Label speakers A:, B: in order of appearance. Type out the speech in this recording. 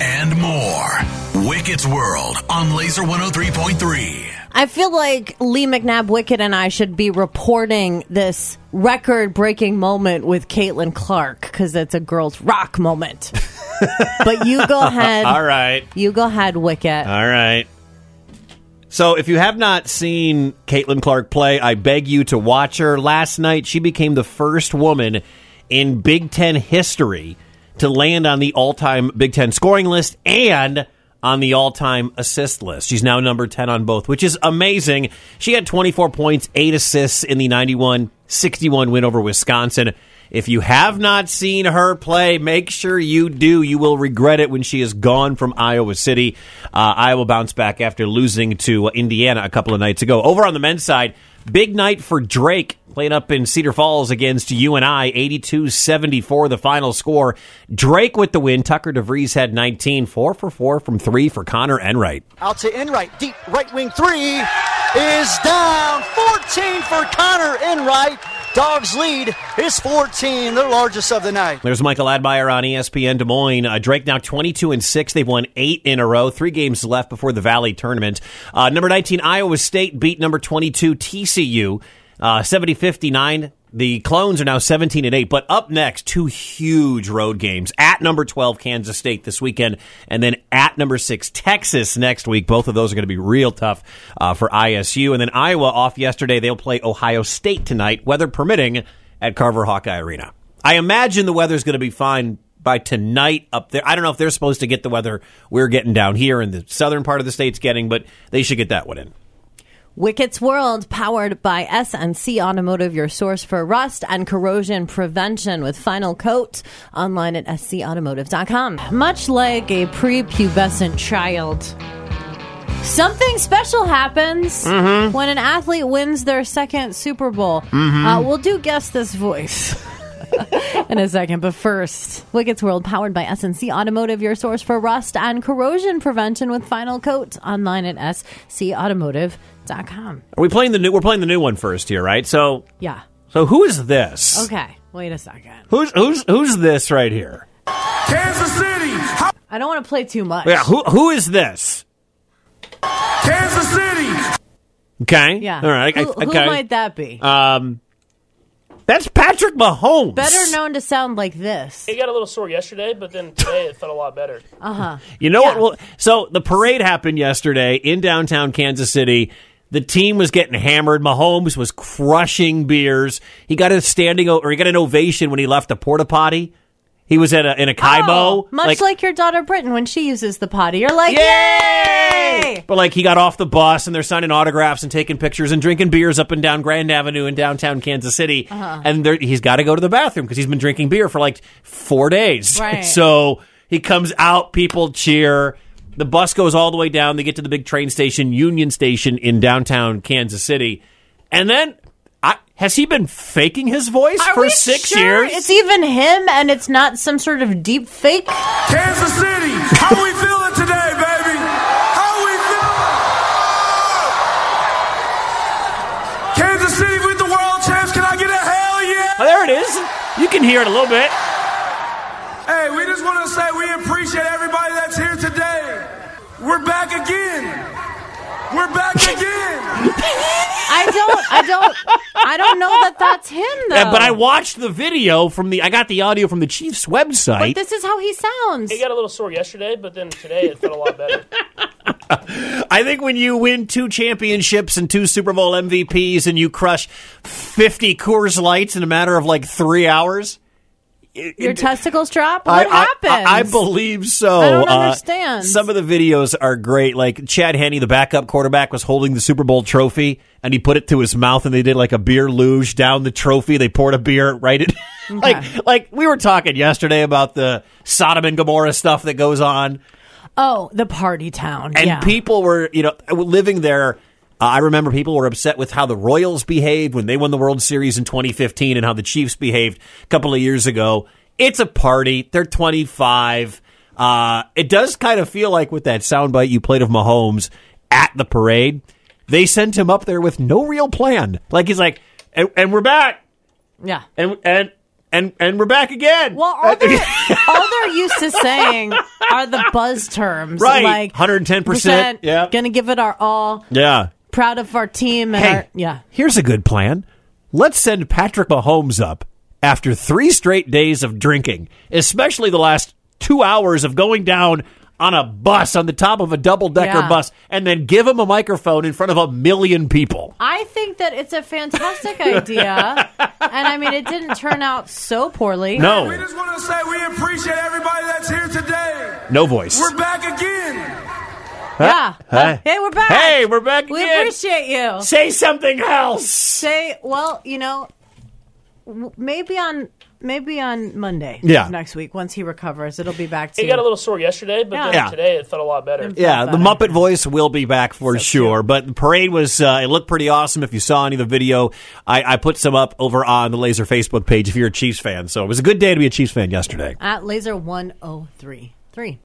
A: and more. Wicket's World on Laser 103.3.
B: I feel like Lee McNabb Wicked and I should be reporting this record breaking moment with Caitlin Clark because it's a girls rock moment. but you go ahead.
C: All right.
B: You go ahead, Wicket.
C: All right. So, if you have not seen Caitlin Clark play, I beg you to watch her. Last night, she became the first woman in Big Ten history to land on the all time Big Ten scoring list and on the all time assist list. She's now number 10 on both, which is amazing. She had 24 points, eight assists in the 91 61 win over Wisconsin. If you have not seen her play, make sure you do. You will regret it when she is gone from Iowa City. Uh, Iowa bounced back after losing to Indiana a couple of nights ago. Over on the men's side, big night for Drake playing up in Cedar Falls against UNI, 82 74, the final score. Drake with the win. Tucker DeVries had 19, 4 for 4 from 3 for Connor Enright.
D: Out to Enright, deep right wing three is down. 14 for Connor Enright. Dogs lead is 14, their largest of the night.
C: There's Michael Admire on E ESPN Des Moines. Uh, Drake now 22 and 6. They've won eight in a row. Three games left before the Valley tournament. Uh, number 19, Iowa State beat number 22, TCU, uh, 70 59. The Clones are now 17 and 8. But up next, two huge road games at number 12, Kansas State this weekend, and then at number 6, Texas next week. Both of those are going to be real tough uh, for ISU. And then Iowa off yesterday. They'll play Ohio State tonight, weather permitting, at Carver Hawkeye Arena. I imagine the weather's going to be fine by tonight up there. I don't know if they're supposed to get the weather we're getting down here in the southern part of the state's getting, but they should get that one in.
B: Wicket's World, powered by SNC Automotive, your source for rust and corrosion prevention with final coat online at scautomotive.com. Much like a prepubescent child, something special happens when an athlete wins their second Super Bowl. Uh, we'll do guess this voice. in a second. But first, Wicket's World, powered by SNC Automotive, your source for rust and corrosion prevention with Final Coat online at scautomotive.com.
C: Are we playing the new? We're playing the new one first here, right? So,
B: Yeah.
C: so who is this?
B: Okay. Wait a second.
C: Who's who's who's this right here?
E: Kansas City, how-
B: I don't want to play too much.
C: Yeah, who who is this?
E: Kansas City,
C: Okay.
B: Yeah.
C: All right. I-
B: Who,
C: I-
B: who
C: okay.
B: might that be?
C: um, that's Patrick Mahomes.
B: Better known to sound like this.
F: It got a little sore yesterday, but then today it felt a lot better.
C: You know
B: Yeah.
C: what? Well, so the parade happened yesterday in downtown Kansas City. The team was getting hammered. Mahomes was crushing beers. He got a standing o- or he got an ovation when he left the porta potty. He was at a, in a Kaibo,
B: Oh, much like, your daughter Britton when she uses the potty. You're like,
C: Yay!
B: yay!
C: But like he got off the bus and they're signing autographs and taking pictures and drinking beers up and down Grand Avenue in downtown Kansas City.
B: Uh-huh.
C: And there, he's got to go to the bathroom because he's been drinking beer for like four days.
B: Right.
C: so he comes out, people cheer. The bus goes all the way down. They get to the big train station, Union Station in downtown Kansas City, and then. I, has he been faking his voice
B: Are
C: for
B: we
C: six
B: sure
C: years?
B: It's even him and it's not some sort of deep fake.
E: Kansas City, how we feeling today, baby? How we feeling? Kansas City with the world champs, can I get a hell yeah?
C: Oh, there it is. You can hear it a little bit.
E: Hey, we just want to say we appreciate everybody that's here today. We're back again. We're back again.
B: I don't, I don't, I don't know that that's him though.
C: Yeah, but I watched the video from the. I got the audio from the Chiefs website.
B: But this is how he sounds.
F: It got a little sore yesterday, but then today it felt a lot better.
C: I think when you win two championships and two Super Bowl MVPs and you crush 50 Coors Lights in a matter of like three hours. it-
B: Your
C: it-
B: testicles drop.
C: I-
B: What
C: I,
B: happens?
C: I, I believe so.
B: I don't
C: Uh,
B: understand.
C: some of the videos are great. Like Chad Henney, the backup quarterback, was holding the Super Bowl trophy and he put it to his mouth and they did like a beer luge down the trophy. They poured a beer right at like like we were talking yesterday about the Sodom and Gomorrah stuff that goes on
B: Oh, the party town.
C: and
B: yeah.
C: people were you know living there uh, i remember people were upset with how the royals behaved when they won the world series in 2015 and how the chiefs behaved a couple of years ago it's a party they're 25 uh, it does kind of feel like with that soundbite you played of mahomes at the parade they sent him up there with no real plan like he's like and, and we're back
B: yeah.
C: and and and and we're back again.
B: Well, all they're, all they're used to saying are the buzz terms,
C: Right.
B: Like
C: 110%,
B: percent,
C: yeah.
B: gonna give it our all.
C: yeah.
B: Proud of our team and our
C: Hey,
B: yeah.
C: Here's a good plan. Let's send Patrick Mahomes up after three straight days of drinking, especially the last two hours of going down on a bus on the top of a double decker
B: Yeah.
C: bus, and then give him a microphone in front of a million people.
B: I think that it's a fantastic idea, and I mean it didn't turn out so poorly.
F: We
C: No,
F: just want to say we appreciate everybody that's here today.
C: no voice.
F: We're back again.
B: Yeah.
C: Huh?
B: Hey, we're back.
C: Hey, we're back
B: We
C: again.
B: appreciate you.
C: Say something else.
B: Say, well, you know, w- maybe on maybe on Monday.
C: Yeah.
B: Next week, once he recovers, it'll be back to.
F: It got a little sore yesterday, but
B: Yeah.
F: then
C: Yeah.
F: today it felt a lot better.
C: Yeah, the
B: Better.
C: Muppet voice will be back for sure. But the parade was, uh, it looked pretty awesome. If you saw any of the video, I, I put some up over on the Laser Facebook page if you're a Chiefs fan. So it was a good day to be a Chiefs fan yesterday.
B: at laser one oh three three.